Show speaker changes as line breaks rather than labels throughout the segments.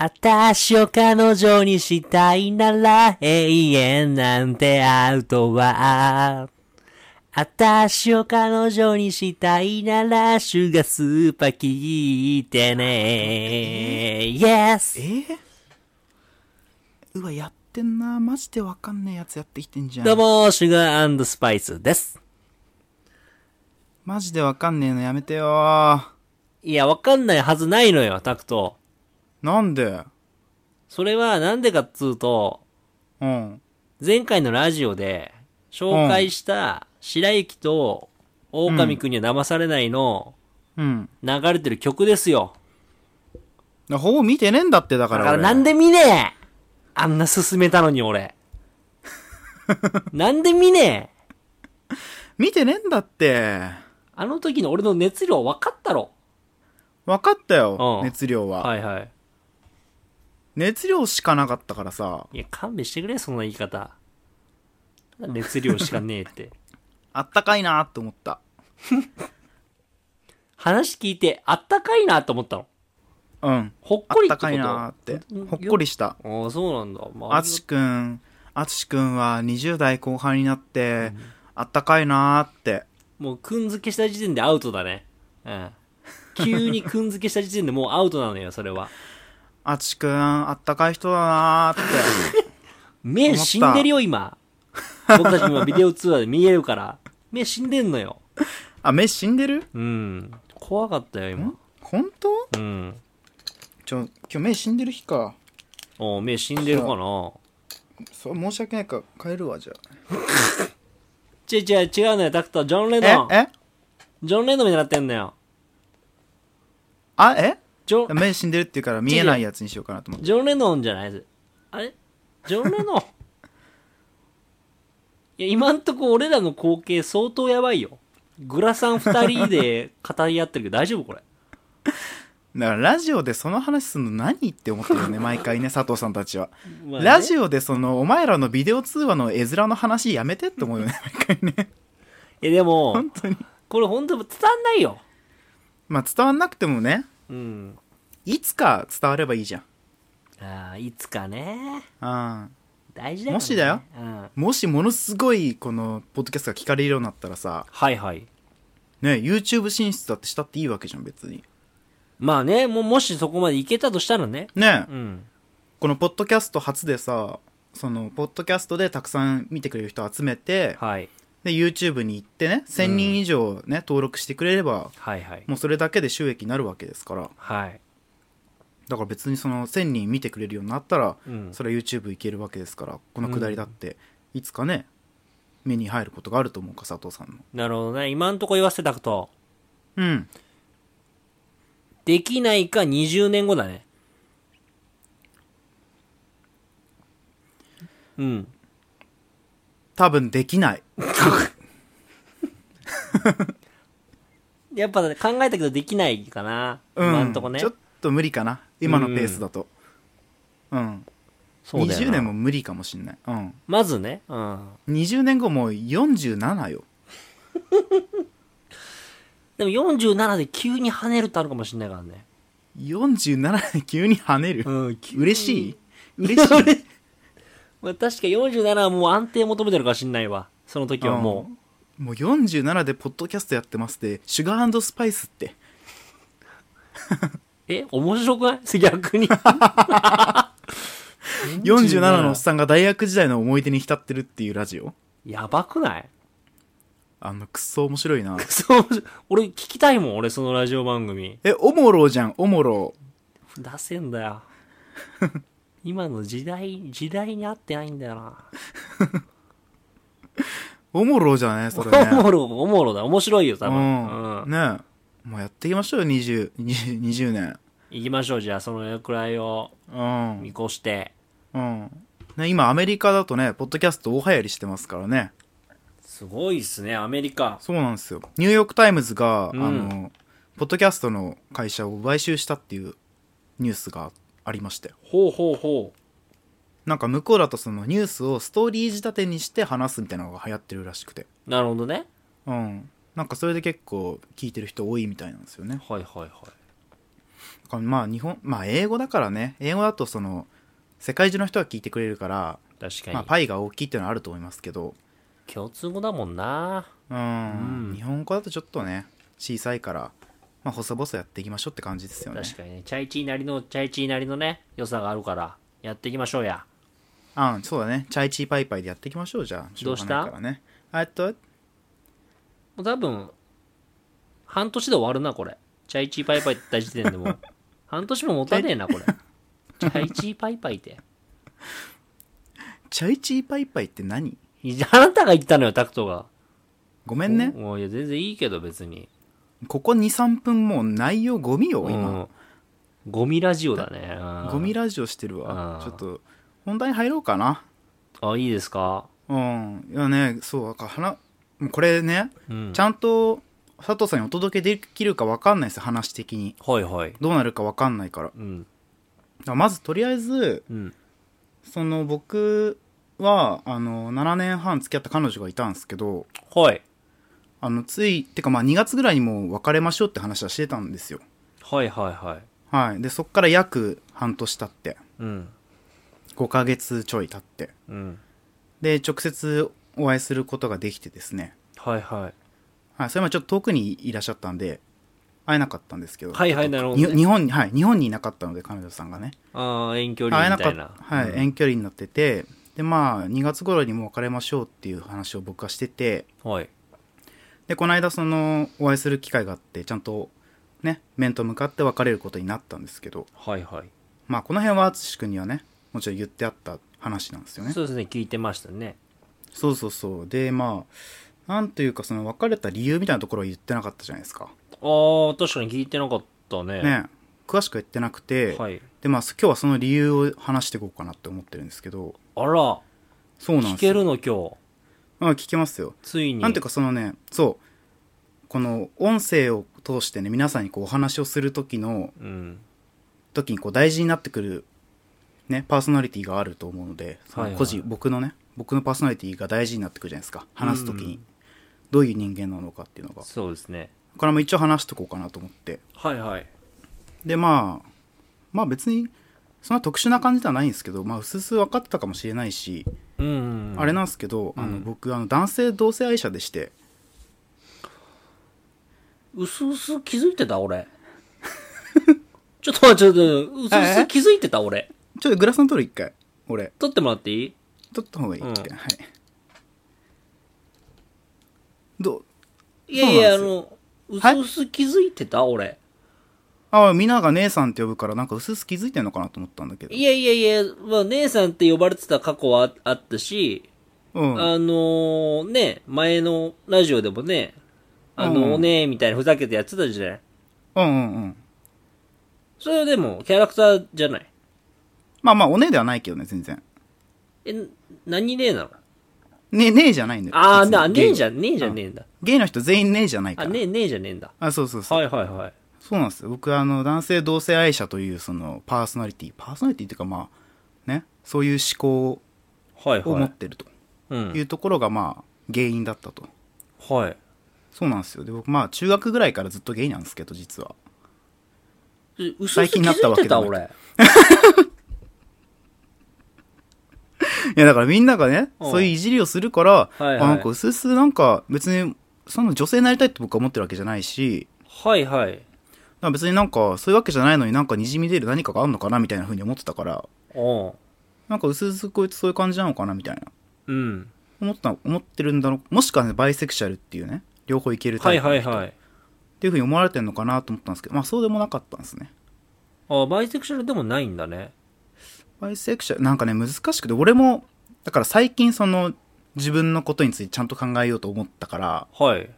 あたしを彼女にしたいなら永遠なんてアウトは。あたしを彼女にしたいならシュガースーパー聞いてね。Yes!
えうわ、やってんな。マジでわかんねえやつやってきてんじゃん。
どうも、シュガースパイスです。
マジでわかんねえのやめてよ。
いや、わかんないはずないのよ、タクト。
なんで
それはなんでかっつうと、
うん。
前回のラジオで紹介した白雪と狼くんには騙されないの
うん。
流れてる曲ですよ。
ほぼ見てねえんだって、だ
だ
から。
から
俺
なんで見ねえあんな進めたのに 俺。なんで見ねえ
見てねえんだって。
あの時の俺の熱量分かったろ。
わかったよ
う、ん
熱量は。
はいはい。
熱量しかなかったからさ、
いや、勘弁してくれ、その言い方。熱量しかねえって。
あったかいなって思った。
話聞いてあったかいなと思ったの。
うん。
ほっ
あ
こり
っ
って
た
こと
かいなって。ほっこりした。
ああ、そうなんだ。まあ、
あつしくん、あつしくんは20代後半になって、あったかいなって。
もう、くんづけした時点でアウトだね。うん。急にくんづけした時点でもうアウトなのよ、それは。
あつしくん、あったかい人だなって。
目死んでるよ、今。僕たち今ビデオ通話で見える から。目死んでんのよ。
あ、目死んでる
うん。怖かったよ、今。
本当
うん。
ちょ、今日目死んでる日か。
お目死んでるかな。
そう、申し訳ないから帰るわ、じゃ
違う違う、違うのよ、タクト。ジョン・レノ
あ
ン。。
ええ
ジョン・レノンになってんのよ。
あ、え
ジョン、
目死んでるって言うから見えないやつにしようかなと思って。
ジョン・レノンじゃないあれジョン・レ ノンいや、今んとこ俺らの光景相当やばいよ。グラさん二人で語り合ってるけど大丈夫これ。
だからラジオでその話すんの何って思っ てるよね、毎回ね、佐藤さんたちは。
まあね
ラジオでその、お前らのビデオ通話の絵面の話やめてって思うよね、毎回ね。
いや、でも、
本当に。
これ本当伝わんないよ。
まあ伝わんなくてもね、
うん。
いつか伝わればいいじゃん。
ああ、いつかね。
ああ
大事だから、ね。
もしだよ。
うん。
もしものすごいこのポッドキャストが聞かれるようになったらさ、
はいはい。
ね、YouTube 進出だってしたっていいわけじゃん、別に。
まあね、もう、もしそこまでいけたとしたらね。
ね、
うん。
このポッドキャスト初でさ、その、ポッドキャストでたくさん見てくれる人集めて、
はい。
で、YouTube に行ってね、1000人以上ね、登録してくれれば、
はいはい。
もうそれだけで収益になるわけですから。
はい。
だから別にその、1000人見てくれるようになったら、
うん。
それは YouTube 行けるわけですから、このくだりだって、いつかね、目に入ることがあると思うか、佐藤さんの。
なるほどね。今んとこ言わせてたくと、
うん。
できないか20年後だね。うん。
多分できない。
やっぱね考えたけどできないかな。
うん。
今んとこね
ちょ。っと無理かな。今のペースだと。うん。
そうだよ
20
な
年も無理かもしんない。うん。
まずね。うん。
20年後もう47よ。
でも47で急に跳ねるってあるかもしれないからね。
47で急に跳ねる。
うん、急に
嬉しい嬉 しい
まあ、確か47はもう安定求めてるかもしんないわ。その時はもう。
もう47でポッドキャストやってますって、シュガースパイスって。
え面白くない 逆 に。
47のおっさんが大学時代の思い出に浸ってるっていうラジオ。
やばくない
あの、くっそ面白いな。
そう、俺聞きたいもん、俺そのラジオ番組。
え、おもろじゃん、おもろ。
出せんだ よ。今の時代、時代に合ってないんだよな。
おもろじゃね、それ
お
ね。
もろ、おもろだ。面白いよ、多
う。
分。うんん。
ねえ。もうやっていきましょうよ、20、20 20年。
行きましょう、じゃあ、そのくらいを
うん
見。越して。
うん。ね、今アメリカだとね、ポッドキャスト大流行りしてますからね。
すごいっすね、アメリカ。
そうなんですよ。ニューヨークタイムズが、
うん
あの、ポッドキャストの会社を買収したっていうニュースがありましたよ。
ほうほうほう。
なんか向こうだとそのニュースをストーリー仕立てにして話すみたいなのが流行ってるらしくて。
なるほどね。
うん。なんかそれで結構聞いてる人多いみたいなんですよね。
はいはいはい。
だからまあ日本、まあ英語だからね、英語だとその、世界中の人が聞いてくれるから、
確かに、
まあパイが大きいっていうのはあると思いますけど、
共通語だもんな
うん、日本語だとちょっとね、小さいから、まあ細々やっていきましょうって感じですよね。
確かにねチャイチーなりのチャイチーなりのね良さがあるからやっていきましょうや
あん、そうだね。チャイチーパイパイでやっていきましょう、じゃあ。しょがないからね。あえっと、
もう多分半年で終わるなこれチャイチーパイパイって言った時点で もう半年も持たねえなこれチャイチーパイパイって
チャイチーパイパイって何
いやあなたが言ったのよタクトが
ごめんね。
もういや全然いいけど別に
ここ2、3分もう内容ゴミよ、今。
うん、ゴミラジオだねうん
ゴミラジオしてるわ
う。ん
ちょっと、本題入ろうかな。
あいいですか
うん。いやね、そう、だから話、もうこれね、
うん
ちゃんと佐藤さんにお届けできるか分かんないです、話的に。
はいはい
どうなるか分かんないから。だか
うん
らまず、とりあえず、
うん
その僕は、あの、7年半付き合った彼女がいたんですけど、
はい
あの、つい、てかまあ2月ぐらいにもう別れましょうって話はしてたんですよ。
はいはいはい
はい。で、そっから約半年経って、
うん
5ヶ月ちょい経って、
うん
で、直接お会いすることができてですね。
はいはい
はい。それまでちょっと遠くにいらっしゃったんで、会えなかったんですけど。
はいはいなるほどね
に日本に、はい。日本にいなかったので、彼女さんがね。
ああ遠距
会え
離
な
みた
か
い
った
な。
はい。遠距離になってて、で、まあ、2月頃にもう別れましょうっていう話を僕はしてて、
はい
で、この間その、お会いする機会があって、ちゃんと、ね、面と向かって別れることになったんですけど、
はいはい
まあこの辺は淳君にはねもちろん言ってあった話なんですよね
そうですね聞いてましたね
そうそうそうでまあなんというかその別れた理由みたいなところは言ってなかったじゃないですか
ああ確かに聞いてなかったね
ね詳しくは言ってなくて、
はい
でまあ今日はその理由を話していこうかなって思ってるんですけど
あら
そうな
聞
んですよ
けるの今日
うん聞けますよ
ついに
なんていうかそのねそうこの音声を通してね皆さんにこうお話をする時の
うん
時にこう大事になってくる、ね、パーソナリティがあると思うので、そ
はいは
の
い
個人、僕のね、僕のパーソナリティが大事になってくるじゃないですか。話す時
う
に
ん。
どういう人間なのかっていうのが。
そうですね
これも一応話しとこうかなと思って。
はいはい
で、まあ、まあ別に、そんな特殊な感じではないんですけど、まあ、うすうす分かってたかもしれないし、
うんうんうん
あれなんですけど、あの僕、あの男性同性愛者でして、
うすうす気づいてた 俺ちょっと待ってちょっとうすうす気づいてた俺
ちょっとグラスの取る一回、俺、
撮ってもらっていい
取った方がいい、
うん
一回はい。どう
いやいやあ
そう
のう
です
すうす気づいてた俺
ああ、みんなが姉さんって呼ぶから、なんか薄々気づいてんのかなと思ったんだけど。
いやいやいや、まあ、姉さんって呼ばれてた過去はああったし、
うん。はい
あのーね、前のラジオでもね、あの
うん
おねえみたいなふざけてやってたじゃない。
うんうんうん。
それはでも、キャラクターじゃない。
まあまあ、お姉ではないけどね、全然。
え、何ねえなの
ね、ねえじゃないんだよ。
ああ、
別に
な、ねえじ
ゲイ
ゃ、ねえじゃねえんだ。
ゲイの人全員ねえじゃないか
あ、
ら。
ねえ、ねえじゃねえんだ。
あ、そうそうそう。
はいはいはい。
そうなんですよ。僕、あの、男性同性愛者という、その、パーソナリティ、パーソナリティっていうか、まあ、ね、そういう思考
はい
を
は
持っ
い。
てると
う
い
ん。
うところが、まあ、原因だったと。
はい。
そうなんですよ。で、僕、まあ、中学ぐらいからずっとゲイなんですけど、実は。
えうすう
最
す気
近なった
づい
わ
て
けで
た
もな
俺。
いや、だからみんながね、
うん
そういういじりをするから、
いはい
あなんか、うすうすなんか、別に、その女性になりたいって僕は思ってるわけじゃないし、
はいはい。
だから別になんか、そういうわけじゃないのになんか滲み出る何かがあるのかなみたいな風に思ってたから、
お
なんか、うすうすこいつそういう感じなのかなみたいな。
うん。うん。
思った、思ってるんだろう。もしくはね、バイセクシャルっていうね、両方いけるタ
は
イ
い
プの
はい
人
はい。
っていう風に思われてるのかなと思ったんですけど、まあそうでもなかったんですね。
あバイセクシャルでもないんだね。
バイセクシャル、なんかね、難しくて、俺も、だから最近その、自分のことについてちゃんと考えようと思ったから、
はい。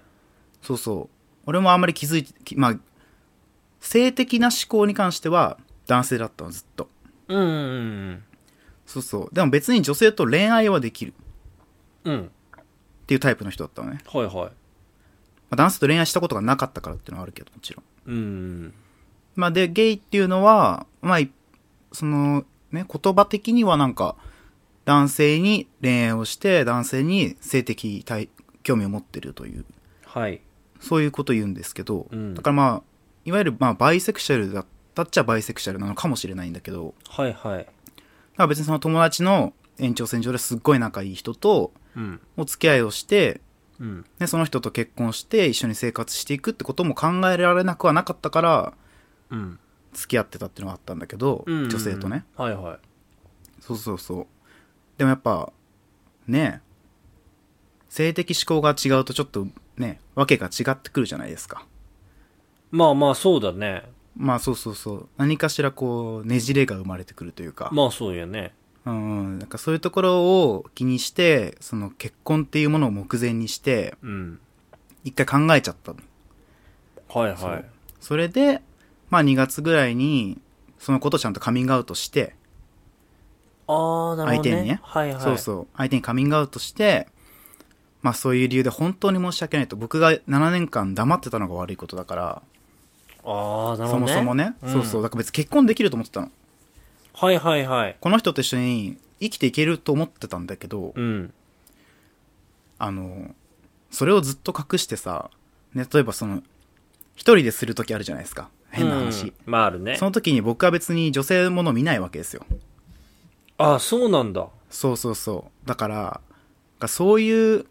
そうそう。俺もあんまり気づいて、きまあ、性的な思考に関しては男性だったの、ずっと。
うんうん
そうそう。でも別に女性と恋愛はできるっ
うん。うん。
ていうタイプの人だったのね。
はいはい。
まあ、男性と恋愛したことがなかったからっていうのはあるけど、もちろん。
うん。
まあで、ゲイっていうのは、まあ、いその、ね、言葉的にはなんか、男性に恋愛をして、男性に性的対興味を持ってるという、
はい。
そういうことを言うんですけど、
うん
だからまあ、いわゆるまあ、バイセクシャルだったっちゃバイセクシャルなのかもしれないんだけど、
はいはい。
だから別にその友達の延長線上ですっごい仲いい人と
うん。
お付き合いをして、
うん。
ね、その人と結婚して一緒に生活していくってことも考えられなくはなかったから
うん。
付き合ってたっていうのがあったんだけど、
うん
女性とね。
はいはい。
そうそうそうでもやっぱね性的指向が違うとちょっとね訳が違ってくるじゃないですか
まあまあ、そうだね。
まあそうそうそう何かしらこうねじれが生まれてくるというか、
まあそうやね。
うんなんかそういうところを気にしてその結婚っていうものを目前にして
うん。
一回考えちゃったの
はい
そ
は
う
い。
それでまあ2月ぐらいにそのことをちゃんとカミングアウトして、
ああ、なるほど、ね。
相手にね
はいはい。
そうそう相手にカミングアウトしてまあそういう理由で本当に申し訳ないと僕が7年間黙ってたのが悪いことだから、
ああ、なる
そ
ほど、
も
ね。
そもね、
うん
そうそうだから別に結婚できると思ってたの
はいはいはい。
この人と一緒に生きていけると思ってたんだけど、
うん。
あのそれをずっと隠してさ、ね、例えばその一人でする時あるじゃないですか変な話、
うんまああるね
そ。の時に僕は別に女性のもの見ないわけですよ
ああ、そうなんだ。
そうそうそう。だから、だからそういう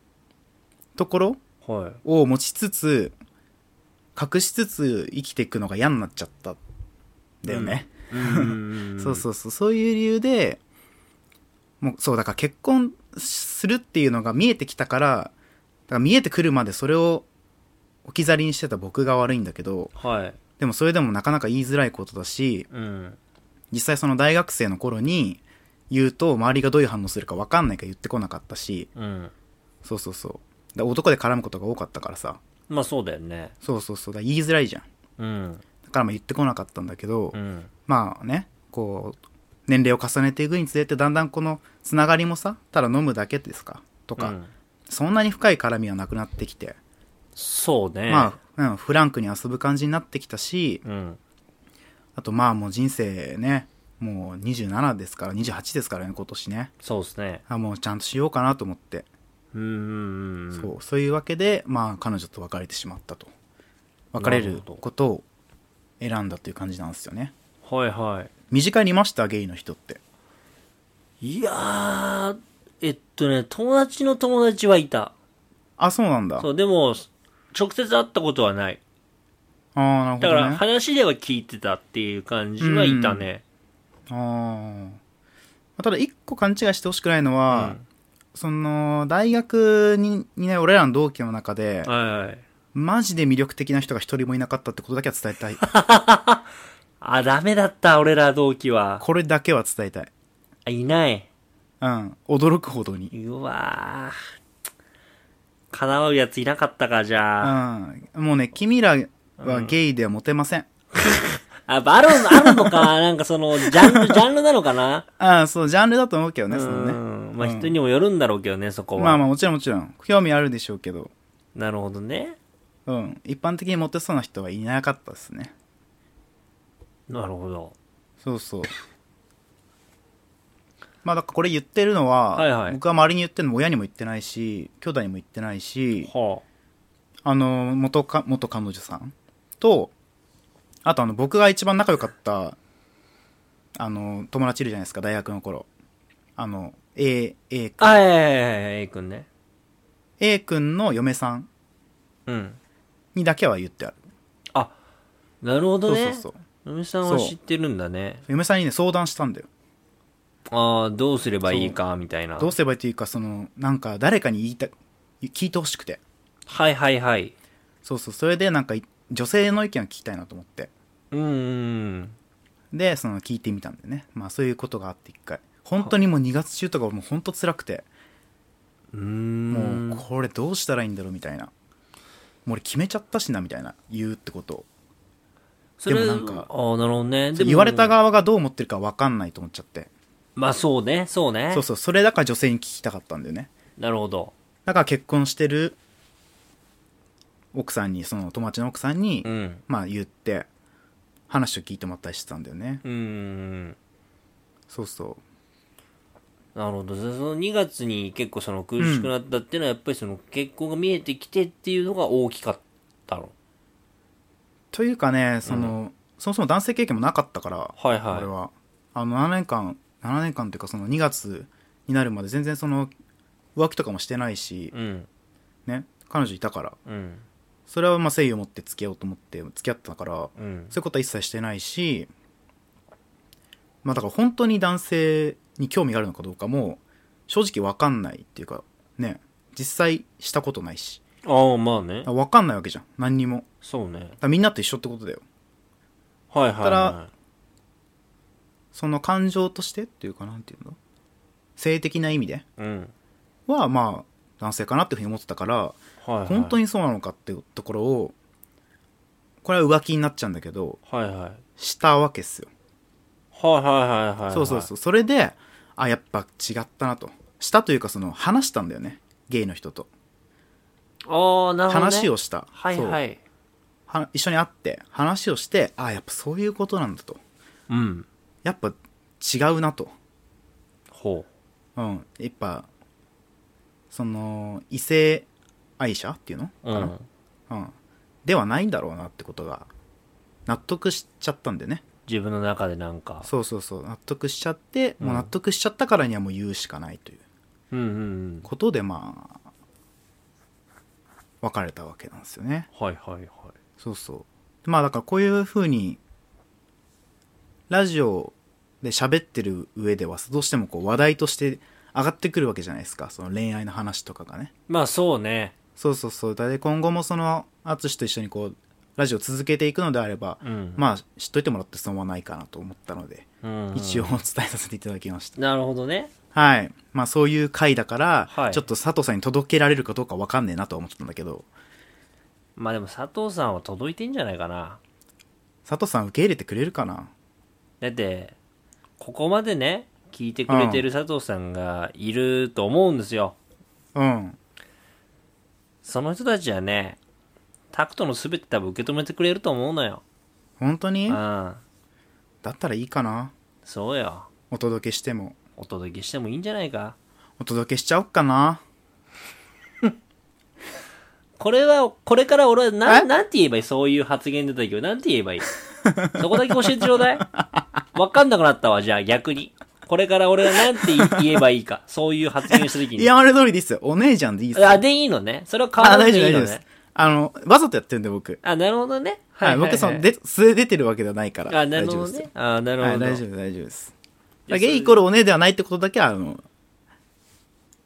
ところ
はい。
を持ちつつ、隠しつつ生きていくのが嫌になっちゃったんだよね。
うん
そうそうそう。そういう理由で、もうそう、だから結婚するっていうのが見えてきたから、だから見えてくるまでそれを置き去りにしてた僕が悪いんだけど、
はい。
でもそれでもなかなか言いづらいことだし、
うん。
実際その大学生の頃に言うと周りがどういう反応するか分かんないから言ってこなかったし、
うん。
そうそうそう。だ男で絡むことが多かったからさ。
まあそうだよね。
そうそうそう。だ言いづらいじゃん。
うん。
だからまあ言ってこなかったんだけど、
うん。
まあね、こう、年齢を重ねていくにつれて、だんだんこのつながりもさ、ただ飲むだけですかとか、
うん
そんなに深い絡みはなくなってきて、
そうね。
まあ、うん、フランクに遊ぶ感じになってきたし、
うん。
あとまあもう人生ね、もう27ですから、28ですからね、今年ね。
そうですね。
あもうちゃんとしようかなと思って、
うんうんうん。
そうそういうわけで、まあ、彼女と別れてしまったと別れ
な
る
るほど
ことを選んだという感じなんですよね
はいは
身近にいましたゲイの人って
い。いやー、えっとね、友達の友達はいた。
あそうなんだ
そう、でも、直接会ったことはない。
ああなるほ
だか
ど
ら、
ね
話では聞いてたっていう感じはいたね。
あーまあただ一個勘違いしてほしくないの
う
は、
ん。
その大学ににね俺らの同期の中で
はいはい。
マジで魅力的な人が一人もいなかったってことだけは伝 えたい
あ、ダメだった、俺ら同期は。
これだけは伝えたい
あいない。
うん驚くほどに
うわぁ。叶うやついなかったか、じ
う
ゃあ。
んもうね君らはゲイではモテません、
あ、やっぱある、あるのか。 なんかその、ジャン ル、ジャンルなのかな。
ああ、そう、ジャンルだと思うけど
う
ね、そのね。
ん。まあ
うん
人にもよるんだろうけどね、そこは。
まあまあ、もちろんもちろん。興味あるでしょうけど、
なるほどね。
うん。一般的にモテそうな人はいなかったですね。
なるほど。
そうそう。まあ、だからこれ言ってるのは、
はいはい
僕は周りに言ってるのも親にも言ってないし、兄弟にも言ってないし、
は
あの、元か、元彼女さんと、あとあの、僕が一番仲良かった、あの、友達いるじゃないですか、大学の頃。あの、A、A
あ。あ、いやいやいやいや、A 君ね。
A 君の嫁さん
うん。
にだけは言ってある。
なるほど
そう
ね
そう。そう。
嫁さんは知ってるんだね。
嫁さんにね相談したんだよ
ああ、どうすればいいか、みたいな。
どうすればいいというかそのなんか誰かに言いた聞いてほしくて
はいはいはい。
そうそうそれでなんかい女性の意見を聞きたいなと思って
うんうん
でその聞いてみたんでねまあそういうことがあって一回本当にもう2月中とかもう本当辛くて
うん。うーん。
もうこれどうしたらいいんだろうみたいなもう俺決めちゃったしなみたいな言うってことを
それ
でもなんか
ああ、なるほどね。でも
言われた側がどう思ってるか分かんないと思っちゃって
まあそうね、そうね。
そうそうそれだから女性に聞きたかったんだよね
なるほど。
だから結婚してる奥さんにその友達の奥さんに、
うん。
まあ言って話を聞いてもらったりしてたんだよね、
うんうんうん。
そうそ
なるほど。でその2月に結構その苦しくなったっていうのは、やっぱりその結婚が見えてきてっていうのが大きかったの。
うというかねその、そもそも男性経験もなかったから、
はいは
俺は。あの、7年間、7年間っていうかその2月になるまで全然その、浮気とかもしてないし
い。、うん。
ね、彼女いたから、
うん。
それはまあ誠意を持って付き合おうと思って付き合ったから、
うん。
そういうことは一切してないし、まあだから本当に男性に興味があるのかどうかも、正直わかんないっていうか、ね、実際したことないし、
ああ、まあね。
わかんないわけじゃん、何にも。だか
そうね。
らみんなと一緒ってことだよ。
はいはい、
た
は
だその感情としてっていうか、なんていうの性的な意味で
い。うん。
は、まあ、男性かなっていうふうに思ってたから、
はい、はい。
本当
に。
にそうなのかっていうところを、これは浮気になっちゃうんだけど、
はいはい。はい
したわけっすよ。
はいはいはい。
そうそうそう。それで、あ、やっぱ違ったなと。したというか、その、話したんだよね。ゲイの人と。
う。ああ、なるほど、ね。
話を。した。
はい
そう
はい。
は一緒に会って、話をして、あ、やっぱそういうことなんだと。
うん。
やっぱ違うなと。
ほ
うん。やっぱ、その、異性愛者っていうの
う。うん。
うん。ではないんだろうなってことが、納得しちゃったんでね。
自分の中でなんか。
そうそうそう。納得しちゃって、もううん納得しちゃったからにはもう言うしかないという
うんうんうん。
ことで、まあ、別れたわけなんですよね。
はいはいはい。
そうそう。まあだからこういう風に、ラジオで喋ってる上では、どうしてもこう話題として上がってくるわけじゃないですか。その恋愛の話とかがね。
まあそうね。
そうそうそう。だい今後もその、淳と一緒にこう、ラジオ続けていくのであれば、
うん。
まあ知っといてもらって損はないかなと思ったので、
うん、
一応お伝えさせていただきました。
なるほどね。
はい。まあそういう回だから、
はい
ちょっと佐藤さんに届けられるかどうかわかんねえなとは思ってたんだけど、
まあでも佐藤さんは届いてんじゃないかな。
佐藤さん受け入れてくれるかな
だって、ここまでね、聞いてくれてる佐藤さんがいると思うんですよ。
うん。
その人たちはね、タクトのすべて多分受け止めてくれると思うのよ。
本当に
うん。
だったらいいかな
そうよ。
お届けしても。
お届けしてもいいんじゃないか。
お届けしちゃおっかな
これは、これから俺はな、
え
なんて言えばいいそういう発言出たけど、なんて言えばいいそこだけ教えてちょうだい。わかんなくなったわ、じゃあ逆に。これから俺はなんて言えばいいか。そういう発言した時に。
いや、あれ通りでいいっすよ。お姉ちゃんでいいっすよ。
あ、でいいのね。それは変わら
あ、
な
大
く
丈夫、
てい
大
い
丈夫
の
です
ね。。
あの、わざとやってるんで、僕。
あ、なるほどね。
はい、僕、その、で、素で出てるわけではないから。
あ、なるほど
大丈
ね
夫で。
あ、な
す
る
よ。はい、
ほど。
大丈夫、大丈夫です。
いや
ゲイイコールお姉ではないってことだけは、あの、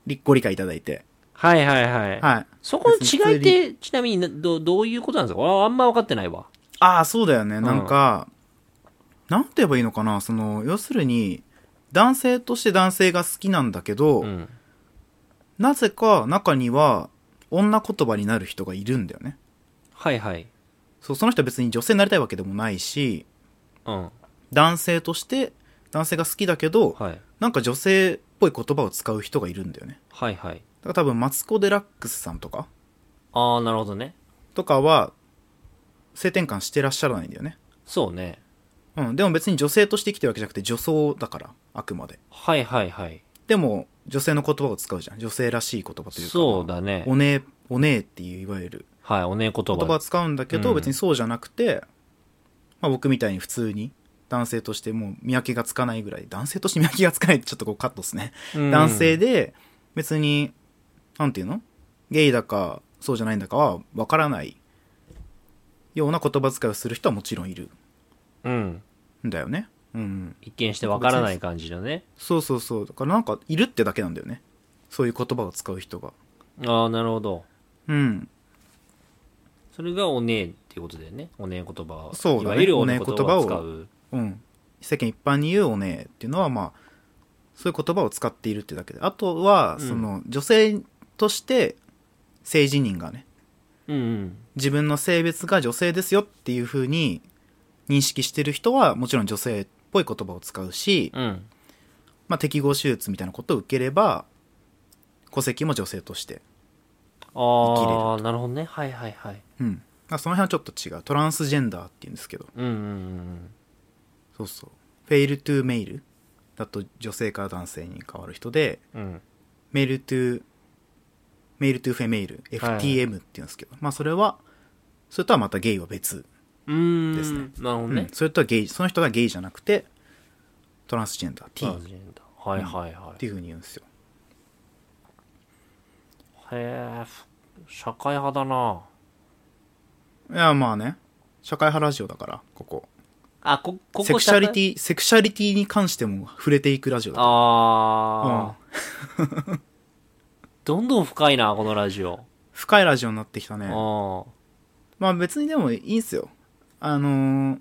りご理解いただいて。
はいはいはい。
はい。
そこの違いって、ちなみになど、どういうことなんですか俺はあんま分かってないわ。
ああ、そうだよね。なんか、なんて言えばいいのかなその、要するに、男性として男性が好きなんだけど、
うん。
なぜか中には女言葉になる人がいるんだよね。
はいはい。
そう、その人は別に女性になりたいわけでもないし、
うん。
男性として男性が好きだけど、
はい。
なんか女性っぽい言葉を使う人がいるんだよね。
はいはい。
だから多分マツコ・デラックスさんとか、
ああ、なるほどね。
とかは、性転換してらっしゃらないんだよね。
そうね。
うん、でも別に女性として生きてるわけじゃなくて女装だから、あくまで。
はいはいはい。
でも、女性の言葉を使うじゃん。女性らしい言葉というか。
そうだね。
おねえ、おねえっていういわゆる
はい、おねえ言葉。
言葉を使うんだけど、
うん
別にそうじゃなくて、まあ、僕みたいに普通に男性としてもう見分けがつかないぐらい男性として見分けがつかないってちょっとこうカットですね、
うん
男性で別になんていうのゲイだかそうじゃないんだかは分からないような言葉遣いをする人はもちろんいる
うん。
んだよねうん
一見してわからない感じのね。
そうそうそうだからなんかいるってだけなんだよねそういう言葉を使う人が
ああ、なるほど。
うん
それがおねえっていうことだよね。おねえ言葉を。
そうだね
いわゆるおねえ言葉を使
お
う。
うん、世間一般に言うおねえっていうのはまあそういう言葉を使っているってだけであとは、
うん
その女性として性自認がね
うんうん。
自分の性別が女性ですよっていうふうに認識してる人はもちろん女性っぽい言葉を使うし、
うん。
まあ、適合手術みたいなことを受ければ戸籍も女性として、生きれる
ああ、なるほどね。はいはいはい。
うん、だからその辺はちょっと違うトランスジェンダーっていうんですけど
うんうんうん
そうそうフェイルトゥーメイルだと女性から男性に変わる人で
うん。うん。
メールトゥー、メールトゥーフェメール、
はい
FTM って言うんですけど、まあそれは、それとはまたゲイは別
うーん。
ですね
なるほど
う
ね
ん。それとはゲイ、その人がゲイじゃなくて、トランスジェンダー、T
トラン
っ
スジェンダーはいはいはい。
ていうふうに言うんですよ。
へえ、社会派だな。
いや、まあね、社会派ラジオだから、ここ。
あ、こ、ここ
セクシャリテ
ィ。
ィ、セクシャリティに関しても触れていくラジオだか
あ
ら。うん
ー。どんどん深いな、このラジオ。
深いラジオになってきたね。
あ
まあ別にでもいいんすよ。あのー、だ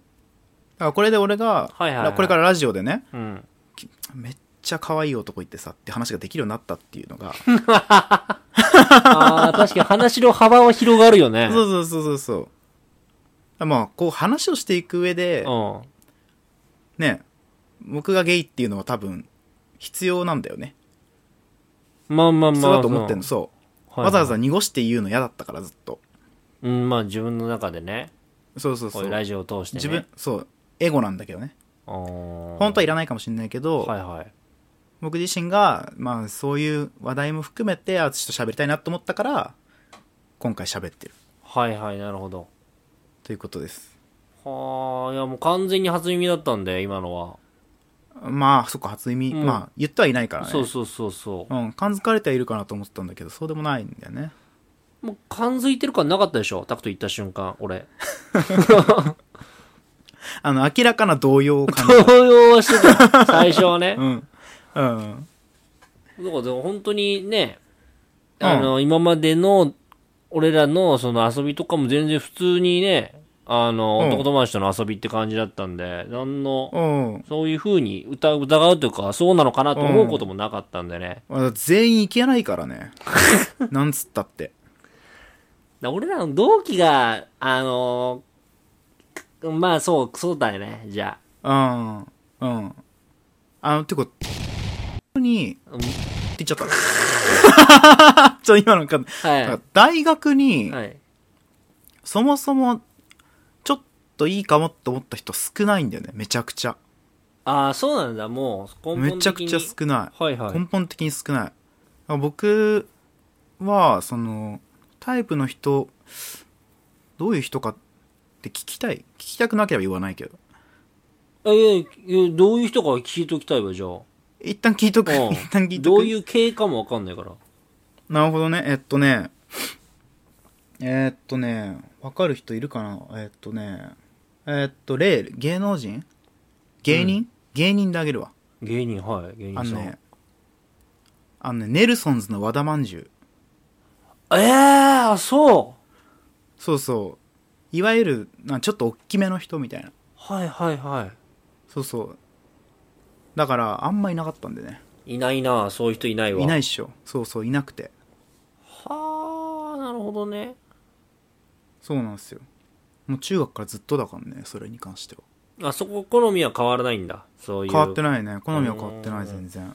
からこれで俺が、
はいはいはい
これからラジオでね、
あ。うん。
めっちゃ可愛い男言ってさって話ができるようになったっていうの が、
ああ、確かに話の幅は広がるよね。
そうそうそうそうそうあ。まあ、こう話をしていく上で、
うん。
ね、僕がゲイっていうのは多分必要なんだよね。
まあまあまあ。
必要だと思ってんの、
そ
そう。
うはい
わざわ
は
ざ
い
濁して言うの嫌だったからずっと。
うん、まあ自分の中でね。
そうそう
こ
そう
いう
う。
ラジオを通してね。
自分、そう、エゴなんだけどね。
本
本当はいらないかもしれないけど、
はいはい。
僕自身が、まあ、そういう話題も含めて、あつしと喋りたいなと思ったから、今回喋ってる。
はいはい、なるほど。
ということです。
はあ、いやもう完全に初耳だったんで、今のは。
まあ、そっか、初耳。
うん
まあ、言ってはいないからね。。
そうそうそうそう
ん、感づかれてはいるかなと思ってたんだけど、そうでもないんだよね。
う。もう感づいてる感なかったでしょタクト行った瞬間、俺。
あの、明らかな動揺を 感じ
動揺はしてた。最初はね。
う
だか
ん。うん。
らでも本当にね、
うん
あの、今までの、俺らのその遊びとかも全然普通にね、あの、
うん
男友達との遊びって感じだったんで、なんの、
うん。
そういう風に疑疑うというか、そうなのかなと思うこともなかったんでね。
まあ全員いけないか らね。なんつったって。
だ俺らの同期が、あのーまあそう、そうだよね、じゃ
うん。うん。あの、てか、に、
あ。うん
って言っちゃった。 ちょ、今のか、なん
は
か大学
い。
に、
はい。
そもそも、ちょっといいかもって思った人少ないんだよね。めちゃくちゃ。
ああ、そうなんだ、もう、根本的に。
めちゃくちゃ少ない。
はいはい。
根本的に少ない。だから僕は、その、タイプの人、どういう人かって聞きたい。聞きたくなければ言わないけど。
えええどういう人か聞いときたいわ、じゃあ。
一旦聞いとく。
うん
一旦聞いとく。
どういう系かもわかんないから。
なるほどね。えっとね。えっとね、わかる人いるかなえっとね。えっと、例、芸能人芸人、芸人であげるわ。
芸人、はい、芸人
あ
さ
の
ん。
ね、あのね、ネルソンズの和田まんじゅう。
ええあ、そう
そうそう。いわゆる、なちょっと大きめの人みたいな。
はいはいは
そうそう。だから、あんまいなかったんでね。
い。いないな、そういう人いないわ。。
いないいっしょ。そうそう、いなくて。
はあ、なるほどね。
そうなんですよ。もう中学からずっとだからね、それに関しては。
あそこ、好みは変わらないんだ。そういう。
変わって
い。
ないね。好みは変わってな
う
い、
ん
全然。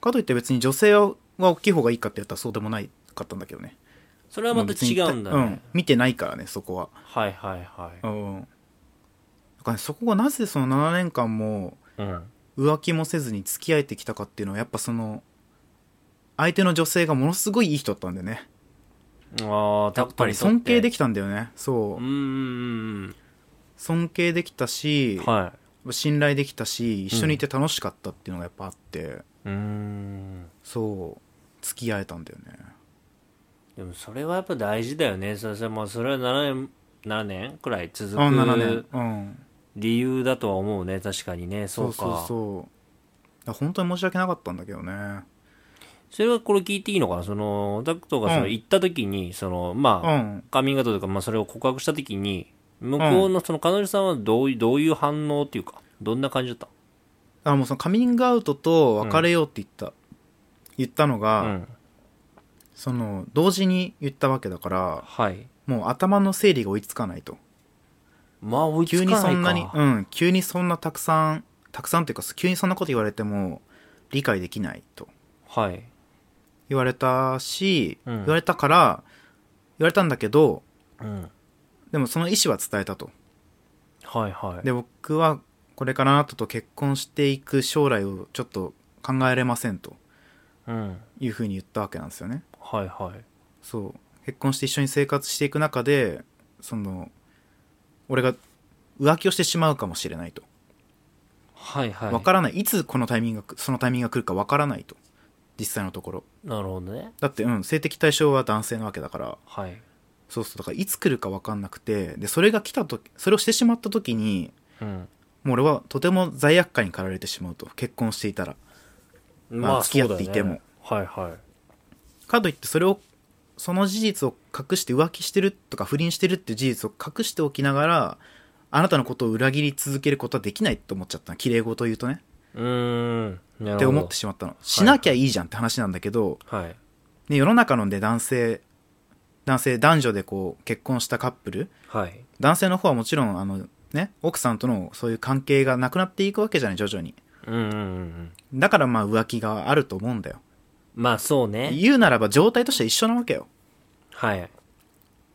かといって別に女性は大きい方がいいかって言ったらそうでもないかったんだけどね。
それはまた違うんだね。
うん。見てないからね、そこは。
はいはいは
うん。だからねそこがなぜその7年間も
い。うん。
浮気もせずに付き合えてきたかっていうのはやっぱその相手の女性がものすごいいい人だったんだよね
ああ、
や
タ
っ
ク
ぱ
ト
り
に
尊敬で
き
きたんだよねそううん
うん
尊敬できたし、
うん。は
信頼できたし一緒にいて楽しかったっていうのがやっぱあって、
い。うーん。
そう付き合えたんだよね
でもそれはやっぱ大事だよね。それまあそれは7年、7年くらい続
あ7
く
年うん
理由だとは思うね。確かにね。そ
そうう
か。
そうそうだから本当に申し訳なかったんだけどね
それはこれ聞いていいのかなその、タクトがその
うん
行った時に、その、
う
まあ、
ん
カミングアウトというか、まあそれを告白した時に、向こうのその彼女さんはどういう、どういう反応っていうか、どんな感じだった
だからもうそのカミングアウトと別れようって言った、言ったのが、
うん。
その同時に言ったわけだから
はい。
もう頭の整理が追いつかないと
まあ、追いつか
急に
ないか
そんなに、うん、急にそんなたくさん、たくさんというか、急にそんなこと言われても理解できないと
はい。
言われたし、
うん
言われたから、言われたんだけど、
うん。
でもその意思は伝えたと。
はいはい。
で、僕はこれからあなたと結婚していく将来をちょっと考えれませんと
うん。
いうふうに言ったわけなんですよね。
はいはい。
そう。結婚して一緒に生活していく中で、その、俺が浮気をしてしまうかもしれないと。
はいはい。
わからない。いつこのタイミングが、そのタイミングが来るかわからないと。実際のところ。
なるほどね。
だって、うん、性的対象は男性なわけだから、
はい。
そうそう、だからいつ来るかわかんなくて、で、それが来たとき、それをしてしまったときに、
うん。
もう俺はとても罪悪感に駆られてしまうと。結婚していたら。まあ付き合っていても。
そうだよねはいはい。
かといってそれをその事実を隠して浮気してるとか不倫してるっていう事実を隠しておきながらあなたのことを裏切り続けることはできないと思っちゃったの綺麗事を言うとね
うーん。なるほど。
って思ってしまったのしなきゃいいじゃんって話なんだけど、
はい。
ね、世の中のね男性男性男女でこう結婚したカップル
はい。
男性の方はもちろんあのね奥さんとのそういう関係がなくなっていくわけじゃない徐々に
うんうんうんうん。
だからまあ浮気があると思うんだよ
まあそうね。
言うならば状態としては一緒なわけよ
はい。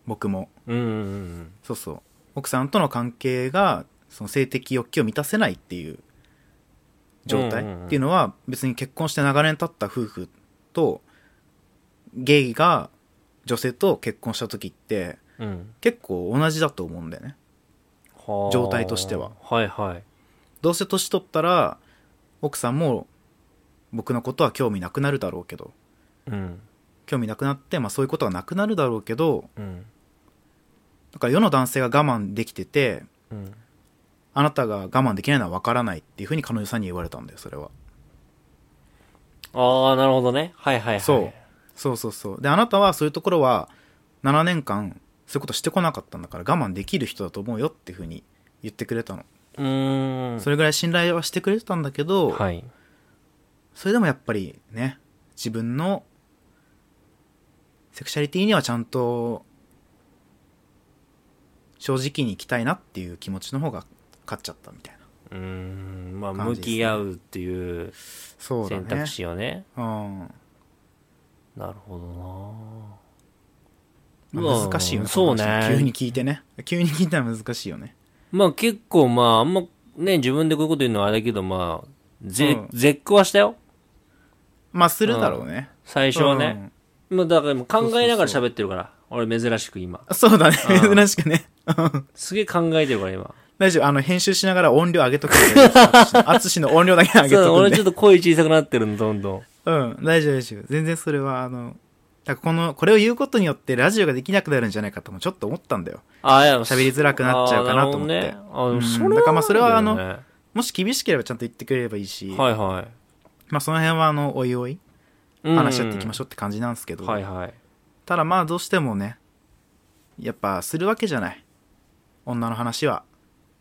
僕も
うんうんうん
そうそう。奥さんとの関係が、その性的欲求を満たせないっていう状態
うんうんうん
っていうのは、別に結婚して長年経った夫婦と、ゲイが女性と結婚した時って、
うん。うん。
結構同じだと思うんだよね。
はあ
状態としては。
はいはい。
どうせ年取ったら、奥さんも僕のことは興味なくなるだろうけど、
うん。
興味なくなって、まあそういうことはなくなるだろうけど、
うん。
だから世の男性が我慢できてて、
うん。
あなたが我慢できないのは分からないっていうふうに彼女さんに言われたんだよ、それは。
ああ、なるほどね。はいはいはい。
そう。そうそうそう。で、あなたはそういうところは、7年間、そういうことしてこなかったんだから、我慢できる人だと思うよっていうふうに言ってくれたの。
うーん。
それぐらい信頼はしてくれてたんだけど、
はい。
それでもやっぱりね、自分の、セクシャリティにはちゃんと、正直に生きたいなっていう気持ちの方が勝っちゃったみたいな。
うーん。まあ、
感
向
じですね
き合うっていう
そうだね。
選択肢をね。
うん。
なるほどな
まあ難しいよ
う
ね。
んそう
この話急
ね
に。聞いてね。急に聞いたら難しいよね。
まあ結構まあ、あんまね、自分でこういうこと言うのはあれだけど、まあ、ぜ
うん、
絶句はしたよ。
まあ、するだろうね。
最初はね。まあだからもう考えながら
そ
喋ってるから。俺珍しく今。
うん。そうだね。
うん
珍しくね。うん
すげえ考えてるから今。
大丈夫。あの、編集しながら音量上げとく から。あつしの音量だけ上げ
そう、
とくん
俺ちょ
で
っ。と声小さくなってるの、どんどん。
うん。大丈夫、大丈夫。全然それは、あの、だからこの、これを言うことによってラジオができなくなるんじゃないかともちょっと思ったんだよ。
ああ、いや、
喋りづらくなっちゃうかなと思って
ああ、なるほどね、あ
うん
それは、
だからまあそれはあの
いいよ
もし厳しければちゃんと言ってくれればいいし、
ねはいは
まあその辺はあの、おいおい、
い。
話し合っていきまし
ょ
ょうって感じなんですけど、
はいはい。
ただまあどうしてもね、やっぱするわけじゃない。女の話は。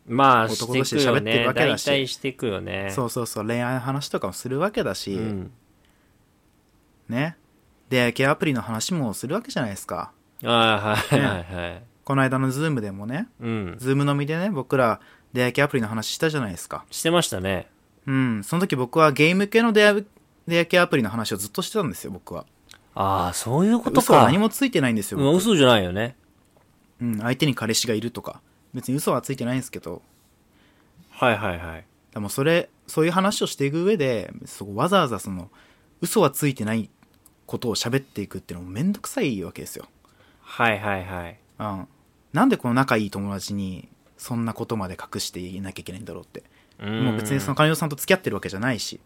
まあ、
男
して
同
い
士
くよ
で喋って
ね。
るわけだ
大
し
体していくよね。
そうそうそう、恋愛の話とかもするわけだし、
うん。
ね。で、ケアアプリの話もするわけじゃないですか。
ああ、はいはいはい。
この間のズームでもね、
うん。
ズーム飲みでね、僕ら出会い系アプリの話したじゃないですか。
してましたね。
うん、その時僕はゲーム系の出会い出会い系アプリの話をずっとしてたんですよ、僕は。
ああ、そういうこと
嘘は
か。
何もついてないんですよ、
うん
僕
嘘じゃないよね。
うん、相手に彼氏がいるとか。別に嘘はついてないんですけど、
はいはいはい。
でもそれ、そういう話をしていく上で、そこわざわざその、嘘はついてないことを喋っていくっていうのもめんどくさいわけですよ。
はいはいはい。
うん。なんでこの仲いい友達に、そんなことまで隠していなきゃいけないんだろうって。
うん
もう別にその彼女さんと付き合ってるわけじゃないし。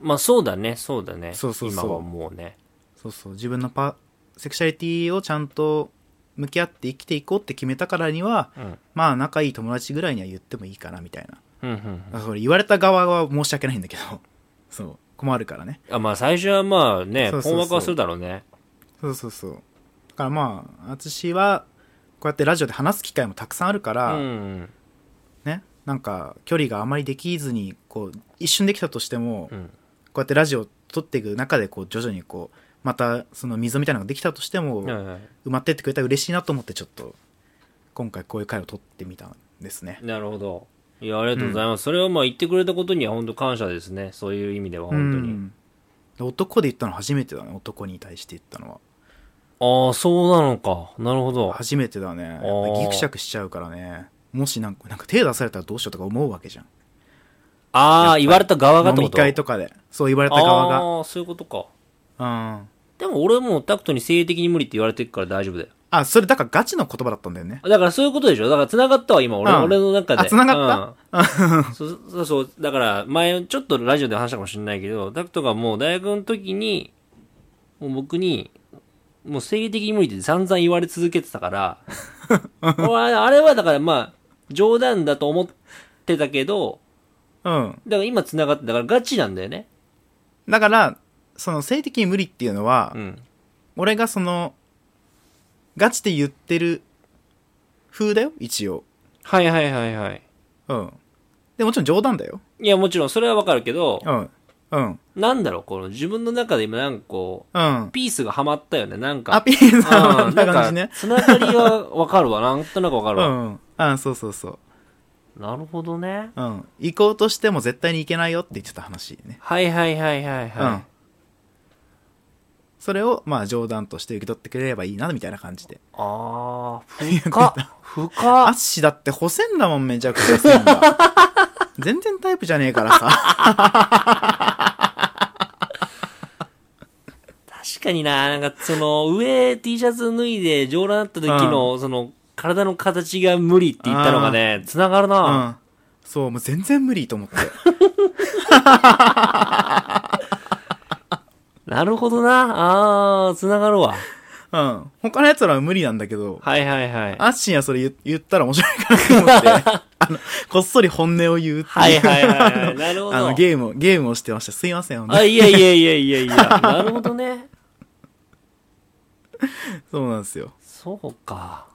まあそうだね、そうだね。
そうそうそう
今はもうね。
そうそう、自分のパ、セクシャリティをちゃんと向き合って生きていこうって決めたからには、
うん。
まあ仲いい友達ぐらいには言ってもいいかなみたいな。
うんうんうん。
あそれ言われた側は申し訳ないんだけど。 そう。困るからね。
あまあ最初はまあね、
そうそうそう
困惑はするだろうね。
そうそうそう。だからまあ、私は、こうやってラジオで話す機会もたくさんあるか
う
ら、
ん。
ね、なんか距離があまりできずに、こう、一瞬できたとしても、
うん。
こうやってラジオを撮っていく中で、こう、徐々にこう、また、その溝みたいなのができたとしても、
はいはい
埋まってってくれたら嬉しいなと思ってちょっと今回こういう回を撮ってみたんですね
なるほど。いや、ありがとうございます。それはまあ言ってくれたことには本当感謝ですね。そういう意味では本当
う
に。
ん男で言ったの初めてだね男に対して言ったの
ああ、そうなのか。なるほど
は。初めてだねやっ
あー
ぱギクシャクしちゃうからねもしなんかなんか手出されたらどうしようとか思うわけじゃん
ああ、言われた側がって
飲
こと
み会とかでそう言われた側
ああ、そういうことか。
がうん
でも俺もうタクトに性的に無理って言われてるから大丈夫だよ。
あ、それだからガチの言葉だったんだよね。
だからそういうことでしょだから繋がったわ、今。俺,、
うん
俺の中で。
あ繋が
った、うん、 そうそうそう。だから、前、ちょっとラジオで話したかもしれないけど、ダクトがもう大学の時に、もう僕に、もう生理的に無理って散々言われ続けてた から、俺はあれはだからまあ、冗談だと思ってたけど、
うん。
だから今繋がって、だからガチなんだよね。
だから、その性的に無理っていうのは、
うん。
俺がその、ガチで言ってる風だよ、一応。
はいはいはいはい。
うん。で、もちろん冗談だよ。
いや、もちろんそれはわかるけど、
うん。うん。
なんだろう、この自分の中で今なんかこう、
うん。
ピースがハマったよね、なんか。
アピール
あ
な
ーな
感じ
んか
ね、。
つながりはわかるわ。 なんとなくわかる
う
わ。
ん。あそうそうそう。
なるほどね。
うん。行こうとしても絶対に行けないよって言ってた話ね。
はいはいはいはい
うん
は。
それを、まあ、冗談として受け取ってくれればいいな、みたいな感じで。
い。あ ー、深っ。深
ア
っ
ッ。シーだって補せんだもん、めちゃくちゃ線が。 全然タイプじゃねえからさ。
確かにな、なんかその、上 T シャツ脱いで上乱だった時の、その、体の形が無理って言ったのがね、つながる
う
な。
ん。そう、もう全然無理と思って。
なるほどな。あー、つながるわ。
うん。他の奴らは無理なんだけど、
はいはいはい。
アッシーはそれ言言ったら面白い かなと思って、あの、こっそり本音を言うっていう。
はいはいはい はい。なるほ
あの、
ど。
ゲームを、ゲームをしてました。すいません、本当に
あ、いやいやいやいやいや。なるほどね。
そうなんですよ。
そうか。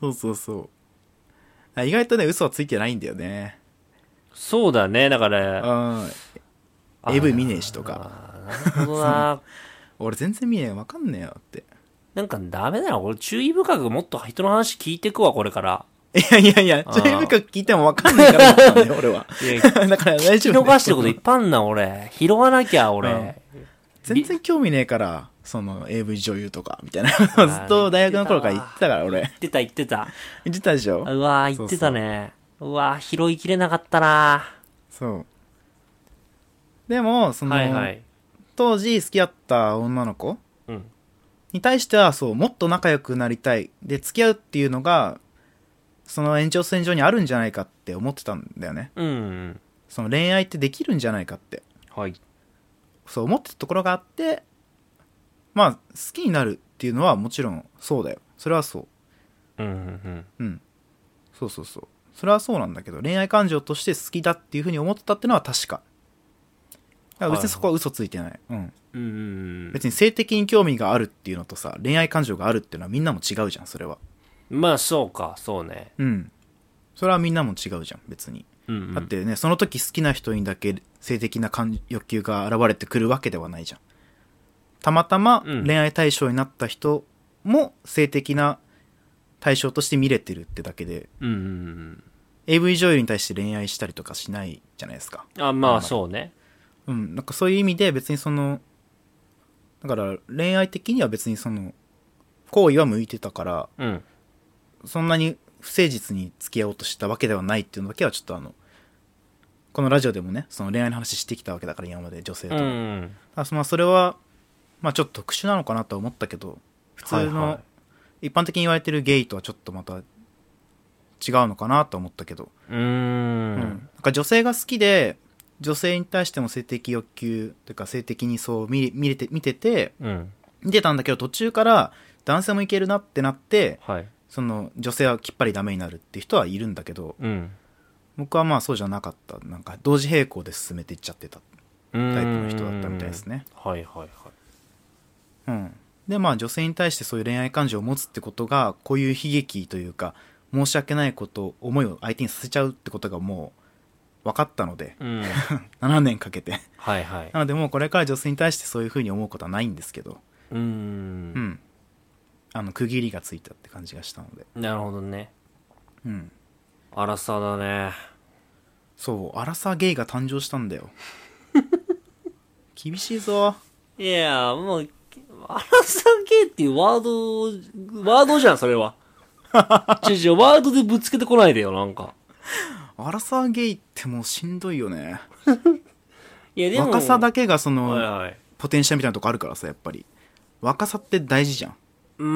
そうそうそうあ。意外とね、嘘はついてないんだよね。
そうだね。だから、
うん。
あ
AV 見ねえしとか。
なるほどな。
俺全然見ねえ。わかんねえよって。
なんかダメだな。俺注意深くもっと人の話聞いてくわ、これから。
いやいやいや、
あ
注
ー
意深く聞いてもわかんないからだ ったんだよ、俺は。 だから大丈
聞き
夫、
逃してることいっぱいあんな、俺。拾わなきゃ、俺。
全然興味ねえから、その AV 女優とか、みたいなのを ずっと大学の頃から言ってたから、俺。
言ってた、言ってた。
言ってたでしょ
うわー、言ってたね。うわー、拾いきれなかったな。
そう。でも、その、
はいはい。
当時付き合った女の子
うん。
に対しては、そう、もっと仲良くなりたい。で、付き合うっていうのが、その延長線上にあるんじゃないかって思ってたんだよね。
うん。
その恋愛ってできるんじゃないかって。
はい。
そう思ってたところがあってまあ好きになるっていうのはもちろんそうだよそれはそう
うん、うん、
うんそうそうそうそれはそうなんだけど恋愛感情として好きだっていうふうに思ってたっていうのは確かだから別にそこは嘘ついてない、うん、
うん。うん。
別に性的に興味があるっていうのとさ恋愛感情があるっていうのはみんなも違うじゃんそれは
まあ、そうか、そうね。
うんそれはみんなも違うじゃん別に
うん、う
だっ
ん。
てねその時好きな人にだけ性的な感欲求が現れてくるわけではないじゃんたまたま
うん
恋愛対象になった人も性的な対象として見れてるってだけで
うん、うん。
AV 女優に対して恋愛したりとかしないじゃないですか
うんあ、まあ、そうね。
うんなんかそういう意味で別にそのだから恋愛的には別にその行為は向いてたから
うん。
そんなに不誠実に付き合おうとしたわけではないっていうのだけはちょっとあのこのラジオでもねその恋愛の話してきたわけだから今まで女性
う
と、
ん。
あそまあそれはまあちょっと特殊なのかなとは思ったけど普通
はいは
の一般的に言われてるゲイとはちょっとまた違うのかなとは思ったけど、
い。うーん。
うんなんか女性が好きで女性に対しても性的欲求というか性的にそう見見れて見てて
うん。
見てたんだけど途中から男性もいけるなってなって
はい。
その女性はきっぱりダメになるっていう人はいるんだけど
うん。
僕はまあそうじゃなかったなんか同時並行で進めていっちゃってた
タイプ
タイプの人だったみたいですね
はいはいはい。
うんでまあ女性に対してそういう恋愛感情を持つってことがこういう悲劇というか申し訳ないこと思いを相手にさせちゃうってことがもう分かったので
うん。
7年かけて
はい はい。
なのでもうこれから女性に対してそういうふうに思うことはないんですけど
うー。
うんんあの区切りがついたって感じがしたので
なるほどね。
うん
あらさだね。
そうアラサーゲイが誕生したんだ よ厳しいぞ
いやー、もう、あらさゲーっていうワード、ワードじゃん、それ は。ちょちょ、ワードでぶつけてこないでよ、なんか。
アラサーゲイってもうしんどいよね
いや、でも。
若さだけがそ
はい
の
はい。
ポテンシャルみたいなとこあるからさやっぱり若さって大事じゃん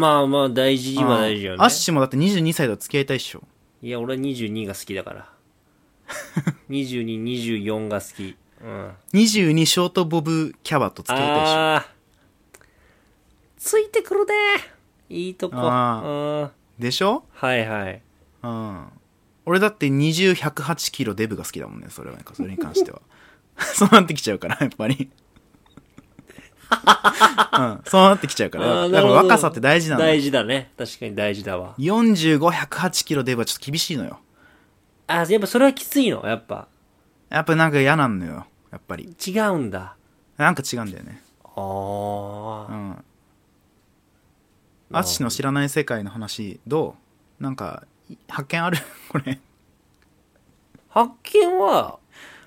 まあまあ、大事には大事よ
あー
ね
アッ。シュもだって22歳と付き合いたいっしょ。
いや、俺は22が好きだ から。22、24が好き。うん。
22ショートボブキャバと付き合いたいっしょ。
あーついてくるねいいとこ
あ
うん
でしょ
はいはい
うん。俺だって20、108キロデブが好きだもんね、それは。なんかそれに関しては。 そうなってきちゃうから、やっ ぱり。うん、そうなってきちゃうか
あ
ら。
ー
だ
なる
から
ほど
若さって大事なんだよ
大事だね確かに大事だわ
45、108キロデブはちょっと厳しいのよ。
あやっぱそれはきついのやっぱ
やっぱなんか嫌なんのよ。やっぱり。
違うんだ
なんか違うんだよね。
あー
うん。アッシュの知らない世界の話、どうなんか、い発見ある これ。
発見は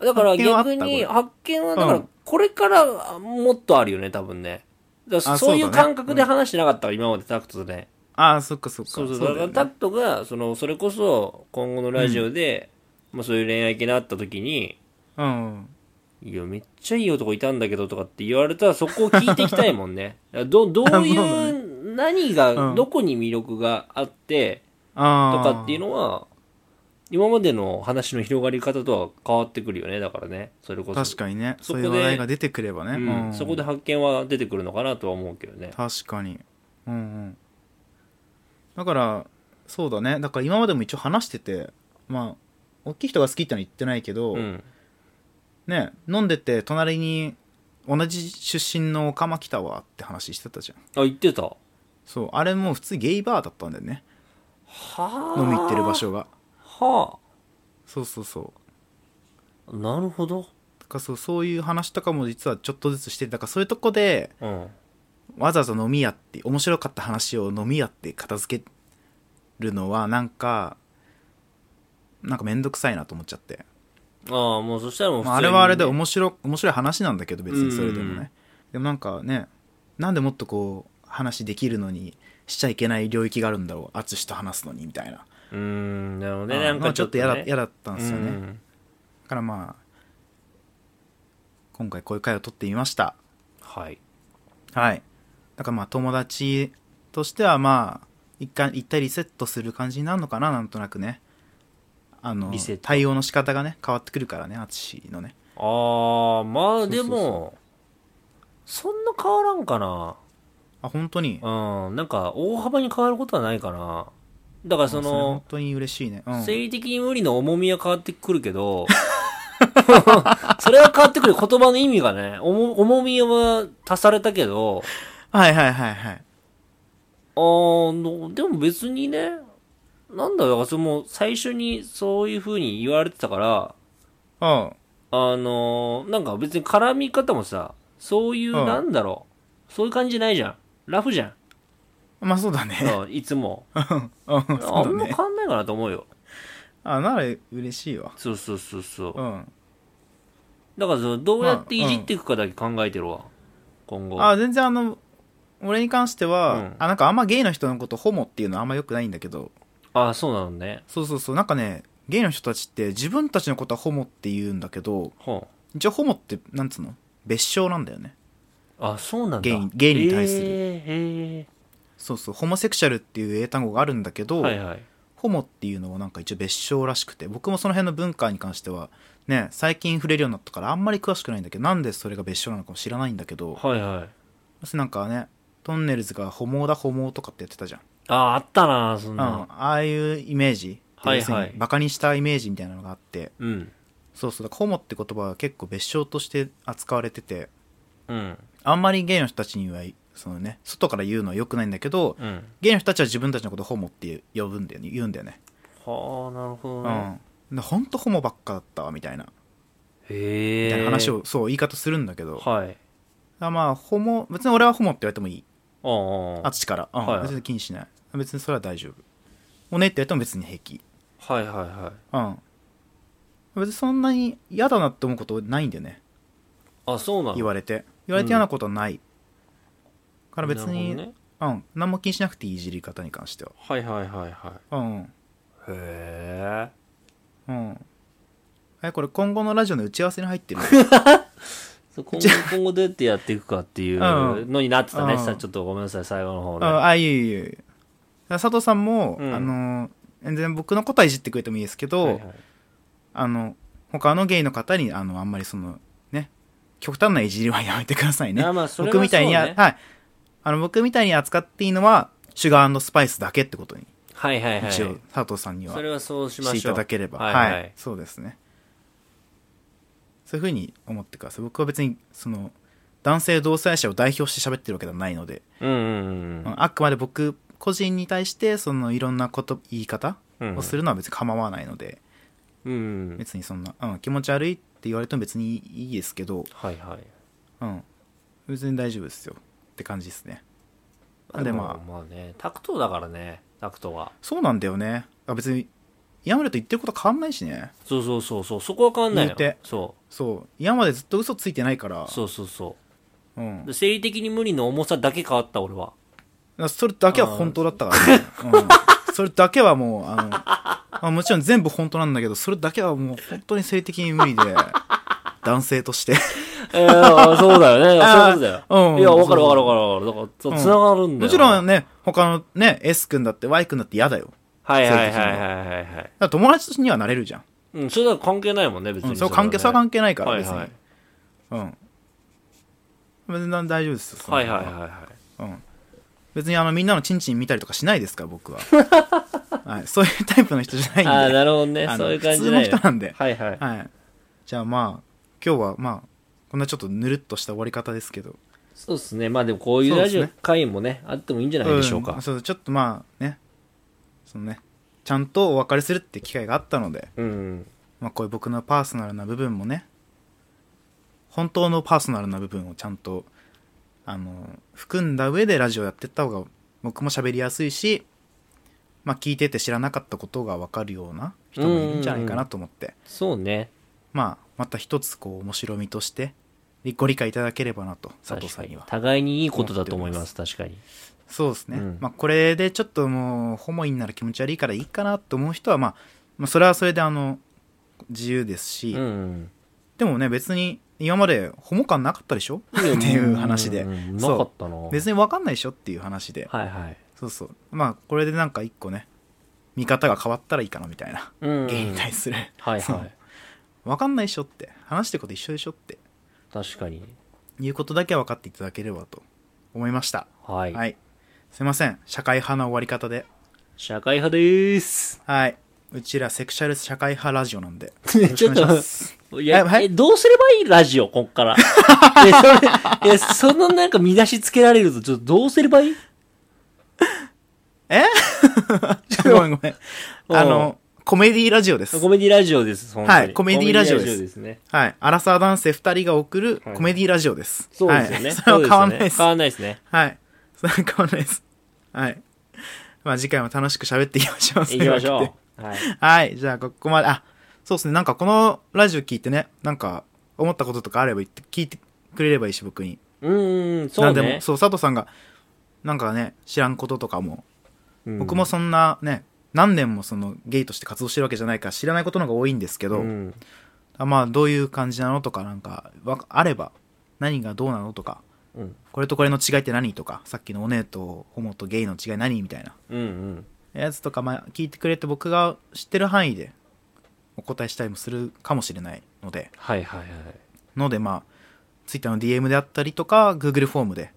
だから
発見はあった
逆に
こ
発見はだか
う
ら
ん
これからもっとあるよね多分ねだから
あ
そうい
そううだね
感覚で話してなかったから今までタクトとね
ああ、そっかそっか。
そうそうだ
だ
か
よ
ら
ね
タクトがそのそれこそ今後のラジオで、まあ、そういう恋愛系になった時に
うん。
いや、めっちゃいい男いたんだけどとかって言われたらそこを聞いていきたいもんね。 ど、どうい
そうだ
う、何が、
うん
どこに魅力があってと
ああ。
かっていうのは、今までの話の広がり方とは変わってくるよね、だからね。それこそ。
確かにね。
そ
そ
こ
う
で
いう話題が出てくればね。
うん
うん
そこで発見は出てくるのかなとは思うけどね。
確かにうんうんだからそうだねだから今までも一応話しててまあ大きい人が好きってのは言ってないけど、
うん。
ね飲んでて隣に同じ出身のオカマ来たわって話してたじゃん
あ、言ってた。は
そうあれもう普通ゲイバーだったんだよね
あ。
飲み行ってる場。所が
は
そうそうそう
あ。なるほど。
だからそうそういう話とかも実はちょっとずつしててだからそういうとこで
うん。
わざわざ飲み屋って面白かった話を飲み屋って片付けるのはなんかなんかめんどくさいなと思っちゃって、
ああ、もうそしたらもう普通
ま
に
あ、あれはあれで面白面白い話なんだけど別にそれでも
うん
ねでもなんかねなんでもっとこう話できるのにしちゃいけない領域があるんだろう淳と話すのにみたいな、
うーん、なるほど
あ
ね。
ー
なん
ま
か
あ
ち
ちょ
ょっ
っと
と
嫌だ,、
ね
嫌だったんですよね、
う
だ
ん
からまあ今回こういう回を撮ってみました
はい。
はい。だからまあ友達としてはまあ、一回、一体リセットする感じになるのかな、なんとなくね。あの
リセッ、ト
対応の仕方がね、変わってくるからね、淳のね。
ああまあ
うそうそう
でもそんな変わらんかな
あ、本当に。
うんなんか大幅に変わることはないかなだからそ
れ本
の
当に嬉しいね。うん。
生理的に無理の重みは変わってくるけどそれは変わってくる言葉の意味がね重重みは足されたけど
はいはいはいはい。
あーのでも別にねなんだろうだからそれも最初にそういう風に言われてたから
うん。
あのーなんか別に絡み方もさ、そういう、
うん
なんだろう、そういう感じじゃないじゃん。ラフじゃん。
まあそうだね。
うんいつも。
うん、 そう
あ
だ
んま
ね
変。わんないかなと思うよ。
あ、なら嬉しいわ。
そうそうそうそうう。
ん。
だからその、どうやっていじっていくかだけ考えてるわ。今後。
あ、全然あの、俺に関しては、
うん
あ、なんかあんまゲイの人のことホモっていうのはあんま良くないんだけど、
あ、そうなのね。
そうそうそう、なんかね、ゲイの人たちって自分たちのことはホモって言うんだけど、
ほ
一応ホモってなんつうの別称なんだよね
う。あ、そうなんだ。
ゲイゲイに対する
へーへ
そうそうホモセクシャルっていう英単語があるんだけ
ー
ど、
はいはい。
ホモっていうのはなんか一応別称らしくて僕もその辺の文化に関してはね最近触れるようになったからあんまり詳しくないんだけどなんでそれが別称なのかも知らないんだけど
はいはい。
なんかねトンネルズが「ホモだホモ」とかってやってたじゃん、
あ、あったな、そん
うん
な。
ああいうイメージ
はいはい
要するにバカにしたイメージみたいなのがあって
うん。
そうそうだからホモって言葉は結構別称として扱われてて
うん。
あんまりゲイの人たちにはそのね外から言うのは良くないんだけど、
うん。
ゲイの人たちは自分たちのことをホモって呼ぶんだよね言うんだよね
はあ、なるほど
う
ね。
んでほんとホモばっかだったわみたいな
へえ。
みたいな話。をそう言い方するんだけど
はい。
あまあホモ別に俺はホモって言われてもいい
うんうん。
淳から、うん
はい
別に気にしない別にそれは大丈夫おねって言われても別に平気
はいはいはい。
うん別にそんなに嫌だなって思うことないんだよね
あ、そうなの
言われて言われて嫌なことはない、から別に、
なるほどね
うん何も気にしなくていいいじり方に関しては
はいはいはいは
うんうん
いへえ
うんえこれ今後のラジオの打ち合わせに入ってる
そう今後今後どうやってやっていくかっていうのになってたね、
うん
さちょっとごめんなさい最後の方ね、
ああ、いえいえいえ。佐藤さんも、
うん
あの、全然僕のことはいじってくれてもいいですけど、
はいはい
あの、他のゲイの方に、あの、あんまりその、ね、極端ないじりはやめてくださいね
あ。まあそれは
僕みたいに、
そうね
はい。あの、僕みたいに扱っていいのは、シュガースパイスだけってことに、
はいはいはい
一応、佐藤さんには
それはそうしま
してい
しょ
た
う
だければ。
はい
は、
はいい
そうですね。そういうふうに思ってください。僕は別に、その、男性同性愛者を代表して喋ってるわけではないので、
うんうんうん
あくまで僕個人に対してそのいろんなこと言い方
うん
をするのは別に構わないので、
うん
別にそんな、うん、気持ち悪いって言われても別にいいですけど、
はいはい
うん、別に大丈夫ですよって感じですねでまあ
もまあねタクトだからねタクトは
そうなんだよねあ別に今までと言ってること変わんないしね
そうそうそうそうそこは変わんないの
言うて
そ
そう今までずっと嘘ついてないから、
うそうそうそう
ん、
う生理的に無理の重さだけ変わった俺は
それだけは本当だったから、ねうん、それだけはもうあのまあもちろん全部本当なんだけどそれだけはもう本当に性的に無理で男性として
えー、そうだよ ね。そういうことだよ。
うん
いや、わかるわかるわかるわかる。だから、そう繋がるんだよ。
もちろんね、他のね、S 君だって Y 君だって嫌だよ。だか
はいはいはいはいはいはい。
ら友達にはなれるじゃん。
うん、それは関係ないもんね、別
う
に。
ん、それは関係、それは関係ないから、
はい
別に。
はい。
うん。別に大丈夫ですよ。その
はいはいはいはい。
うん。別にあの、みんなのチンチン見たりとかしないですか ら、僕は。はい。そういうタイプの人じゃ
あ
な
あー、
いんで。
なるほどね
あ。の
そういう感じ
普通の人なんで
はいはい。
はい。じゃあまあ、今日はまあ、こんなちょっとぬるっとした終わり方ですけど。
そうですね。まあでも、こういうラジ
そう
オ
です
会もね、あってもいいんじゃないでしょう
うん
か。
そう、ちょっとまあ、ね。そのね、ちゃんとお別れするって機会があったので。
うん。
まあ、こういう僕のパーソナルな部分もね本当のパーソナルな部分をちゃんとあの含んだ上でラジオやってった方が僕も喋りやすいし、まあ、聞いてて知らなかったことが分かるような人もいるんじゃないかなと思って、
そうね。
まあ、また一つこう面白みとしてご理解いただければなと佐
確
藤さ
か
んに
に
は。
互いにいいことだと思います、確かに。
そうですね、
うん
まあ、これでちょっともうホモインなら気持ち悪いからいいかなと思う人は、まあ、まあそれはそれであの自由ですし、
うん。
でもね、別に今までホモ感なかったでしょって
や
いう話で
う。んな
そう
かったな。
別に分かんないでしょっていう話で。
はいはい。
そうそう。まあ、これでなんか一個ね、見方が変わったらいいかなみたいな。
うん。
ゲイに対する。
はい
そ
は
う
い。
分かんないでしょって。話してること一緒でしょって。
確かに。
いうことだけは分かっていただければと思いました。
はい。
はい。すいません。社会派な終わり方で。
社会派でーす。
はい。うちらセクシャル社会派ラジオなんで。
ちょっ
お願いしま
と
す、
いや、
えはい
えどうすればいいラジオ、こっ から。でそれいや、そのなんか見出しつけられると、ちょっとどうすればいい
えごめんごめん。あの、コメディラジオです。
コメディラジオです、本当に
はいコメディラジオです
コメディね。
はい。アラサー男性二人が送るコメディラジオです。
そうですよね。
はい、それは変わんない
そうで
で。
すすよね変わんないですね。
はい。それは変わんないです。はい。まあ次回も楽しく喋っていきましょう。
行きましょ
そういう
う。は
わ
い。
けではい。じゃあここまで、あ、そうですね。なんかこのラジオ聞いてね、なんか思ったこととかあれば言って、聞いてくれればいいし、僕に。
うーん、そう
なんで
ね
も、。そう、佐藤さんが、なんかね、知らんこととかも、
うん
僕もそんなね、何年もそのゲイとして活動してるわけじゃないから知らないことの方が多いんですけど、
うん
あまあどういう感じなのとかなんかわかあれば何がどうなのとか
うん。
これとこれの違いって何とかさっきのお姉とホモとゲイの違い何みたいな
うんうん。
やつとか、まあ、聞いてくれて僕が知ってる範囲でお答えしたりもするかもしれないので
はいはいはい。
のでまあ Twitter の DM であったりとか Google フォームで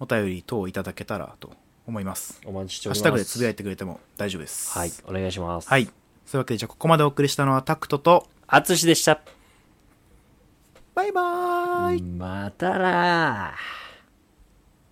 お便り等をいただけたらと思います
お待ちしてお
ハッ
り
シ
ます。
ュタグでつぶやいてくれても大丈夫です
はい、お願いします。
はい。そういうわけでじゃあここまでお送りしたのはタクトと
あつしでした。
バイバーイ
またらー。